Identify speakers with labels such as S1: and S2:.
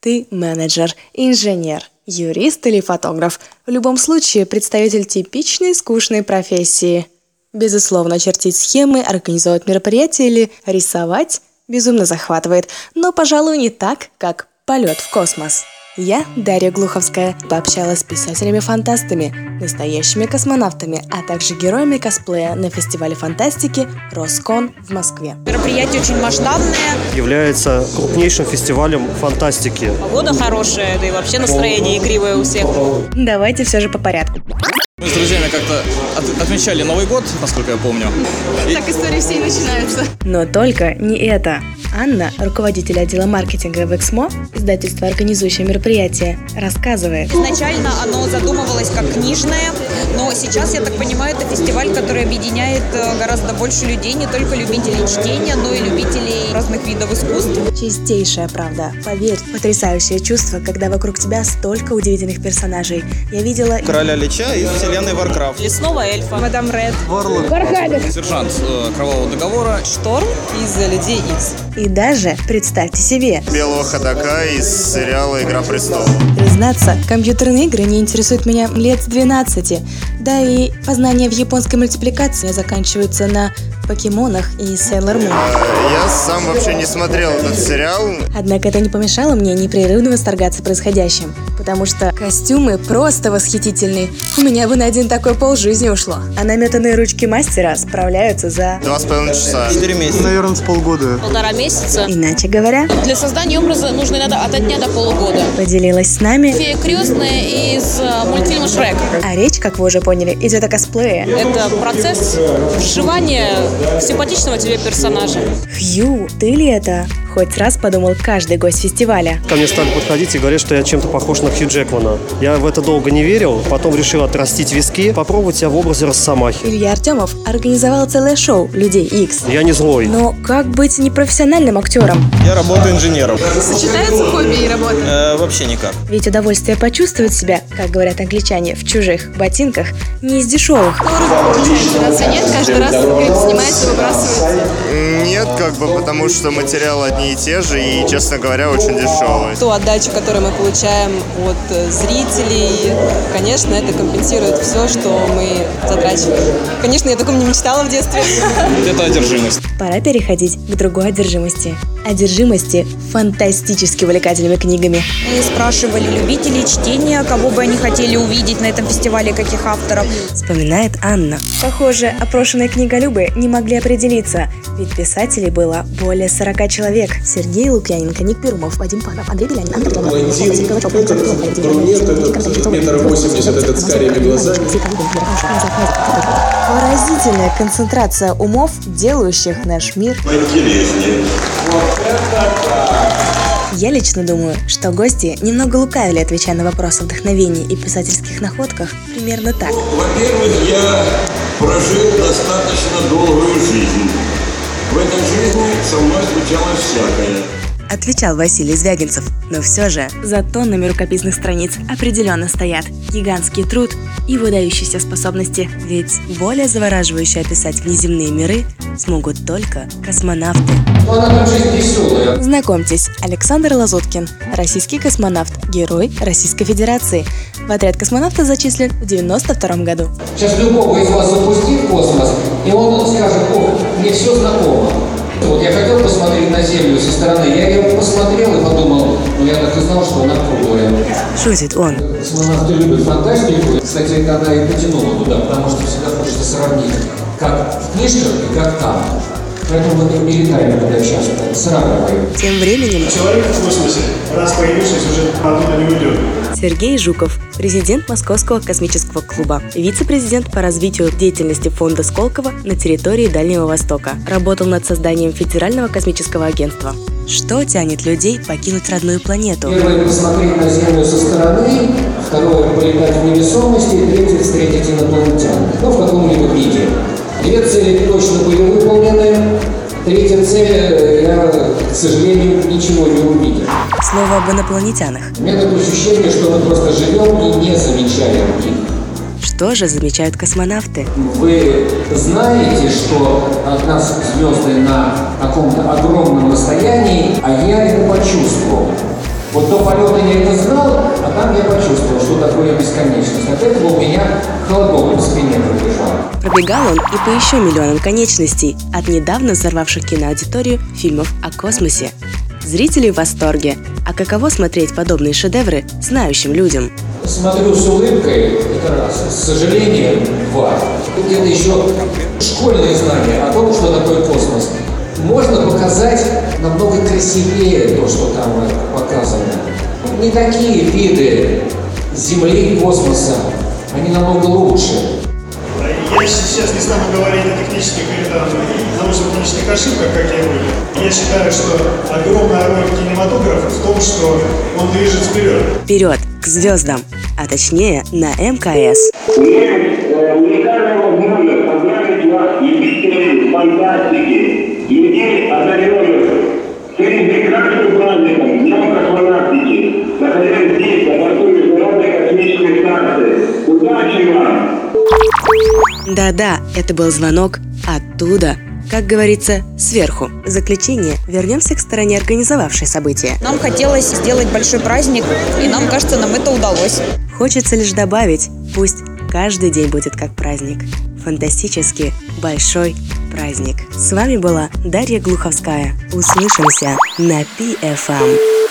S1: Ты менеджер, инженер, юрист или фотограф. В любом случае, представитель типичной скучной профессии. Безусловно, чертить схемы, организовывать мероприятия или рисовать безумно захватывает, но, пожалуй, не так, как полет в космос. Я, Дарья Глуховская, пообщалась с писателями-фантастами, настоящими космонавтами, а также героями косплея на фестивале фантастики «Роскон» в Москве.
S2: Мероприятие очень масштабное,
S3: является крупнейшим фестивалем фантастики.
S2: погода хорошая, да и вообще настроение игривое у всех.
S1: Давайте все же по порядку.
S4: Мы с друзьями как-то от- отмечали Новый год, насколько я помню.
S5: Так истории все и начинаются.
S1: Но только не это. Анна, руководитель отдела маркетинга в Эксмо, издательство, организующее мероприятие, рассказывает.
S2: Изначально оно задумывалось как книжное, но сейчас, я так понимаю, это фестиваль, который объединяет э, гораздо больше людей, не только любителей чтения, но и любителей разных видов искусств.
S1: Чистейшая правда. Поверь, потрясающее чувство, когда вокруг тебя столько удивительных персонажей. Я видела...
S4: Короля Лича из вселенной Warcraft.
S2: Лесного эльфа, мадам Ред,
S4: Сержант э, Кровавого Договора.
S2: Шторм из Людей Икс.
S1: И даже, представьте себе,
S6: белого ходока из сериала «Игра престолов».
S1: Признаться, компьютерные игры не интересуют меня лет с 12. Да и познания в японской мультипликации заканчиваются на покемонах и Sailor Moon.
S6: Э, Я сам вообще не смотрел этот сериал.
S1: Однако это не помешало мне непрерывно восторгаться происходящим, потому что костюмы просто восхитительные. У меня бы на один такой пол жизни ушло. А наметанные ручки мастера справляются за...
S6: Два с половиной часа.
S4: Четыре месяца.
S7: Наверное, с полгода.
S8: полтора месяца.
S1: Иначе говоря,
S8: Для создания образа нужно иногда от дня до полугода.
S1: поделилась с нами.
S8: Фея крестная из э, мультфильма Шрек.
S1: А речь, как вы уже поняли, идет о косплее.
S8: Это процесс вживания в симпатичного тебе персонажа.
S1: Хью, ты ли это? Хоть раз подумал каждый гость фестиваля.
S3: Ко мне стали подходить и говорят, что я чем-то похож на Хью Джекмана. Я в это долго не верил, потом решил отрастить виски, попробовать себя в образе Росомахи.
S1: Илья Артемов организовал целое шоу «Людей Икс».
S3: Я не злой.
S9: Ну,
S1: Но как быть непрофессиональным актером?
S4: Я работаю инженером.
S5: Сочетается хобби и работа.
S4: Э, вообще никак.
S1: Ведь удовольствие почувствовать себя, как говорят англичане, в чужих ботинках, не из дешевых.
S5: Получается, у нас все нет, каждый раз клип снимается, выбрасывается.
S6: Нет, как бы, потому что материалы одни и те же, и, честно говоря, очень дешевые.
S10: ту отдачу, которую мы получаем от э, зрителей, конечно, это компенсирует все, что мы затрачиваем. Конечно, я о таком не мечтала в детстве.
S4: Это одержимость.
S1: Пора переходить к другой одержимости. Одержимости фантастически увлекательными книгами.
S2: Мы спрашивали любителей чтения, кого бы они хотели увидеть на этом фестивале, каких авторов.
S1: Вспоминает Анна. Похоже, опрошенные книголюбы не могли определиться, ведь писателей было более 40 человек. Сергей Лукьяненко, Ник Перумов, Вадим Панов, Андрей Белянин, Андрей Поразительная концентрация умов, делающих наш мир я лично думаю, что гости немного лукавили, отвечая на вопрос о вдохновении и писательских находках примерно так.
S9: Во-первых, я прожил достаточно долгую жизнь. В этой жизни со мной случалось всякое.
S1: Отвечал Василий Звягинцев, но все же за тоннами рукописных страниц определенно стоят гигантский труд и выдающиеся способности, ведь более завораживающе описать внеземные миры смогут только космонавты. Знакомьтесь, Александр Лазуткин, российский космонавт, герой Российской Федерации. В отряд космонавта зачислен в 92 году.
S11: Сейчас любого из вас запусти в космос, и он скажет, о, мне все знакомо. Вот я хотел посмотреть на Землю со стороны, я ее посмотрел и подумал, ну я так и знал, что она круглая.
S1: Шутит он.
S11: Космонавты любят фантастику, кстати, это она и потянула туда, потому что всегда хочется сравнить, как в книжках и как там. Поэтому мы не летаем туда часто, сравниваем.
S1: Тем временем
S9: Человек в космосе, раз появившись, уже оттуда не уйдет.
S1: Сергей Жуков, президент Московского космического клуба, вице-президент по развитию деятельности фонда Сколково на территории Дальнего Востока, работал над созданием Федерального космического агентства. Что тянет людей покинуть родную планету?
S11: Первое – посмотреть на Землю со стороны, второе – полетать в невесомости, и третье – встретить инопланетян, ну, в каком-либо виде. Две цели точно были выполнены, третья цель э, я, к сожалению, ничего не увидел.
S1: Слово об инопланетянах.
S11: У меня такое ощущение, что мы просто живем и не замечаем их.
S1: Что же замечают космонавты?
S11: Вы знаете, что от нас звезды на каком-то огромном расстоянии, а я это почувствовал. Вот до полета я это знал, а там я почувствовал, что такое бесконечность. От этого у меня холодок по спине пробежал.
S1: Пробегал он и по еще миллионам конечностей от недавно взорвавших киноаудиторию фильмов о космосе. Зрители в восторге. А каково смотреть подобные шедевры знающим людям?
S11: Смотрю с улыбкой, это раз. С сожалением, два. Тут где-то еще школьные знания о том, что такое космос. Можно показать намного красивее то, что там э, показано. Не такие виды Земли и космоса, они намного лучше.
S7: Я сейчас не стану говорить о технических или там научно-технических ошибках, какие были. Я считаю, что огромная роль кинематографа в том, что он движет вперед.
S1: Вперед к звездам, а точнее на МКС.
S9: фантастики, людей одаренных. Перед прекрасным праздником, Днем космонавтики, находясь здесь, на борту Международной космической станции. Удачи вам!
S1: Да-да, это был звонок оттуда, как говорится, сверху. В заключение вернемся к стороне организовавшей события.
S2: Нам хотелось сделать большой праздник, и нам кажется, нам это удалось.
S1: Хочется лишь добавить, пусть каждый день будет как праздник. Фантастически большой праздник. С вами была Дарья Глуховская. Услышимся на PFM.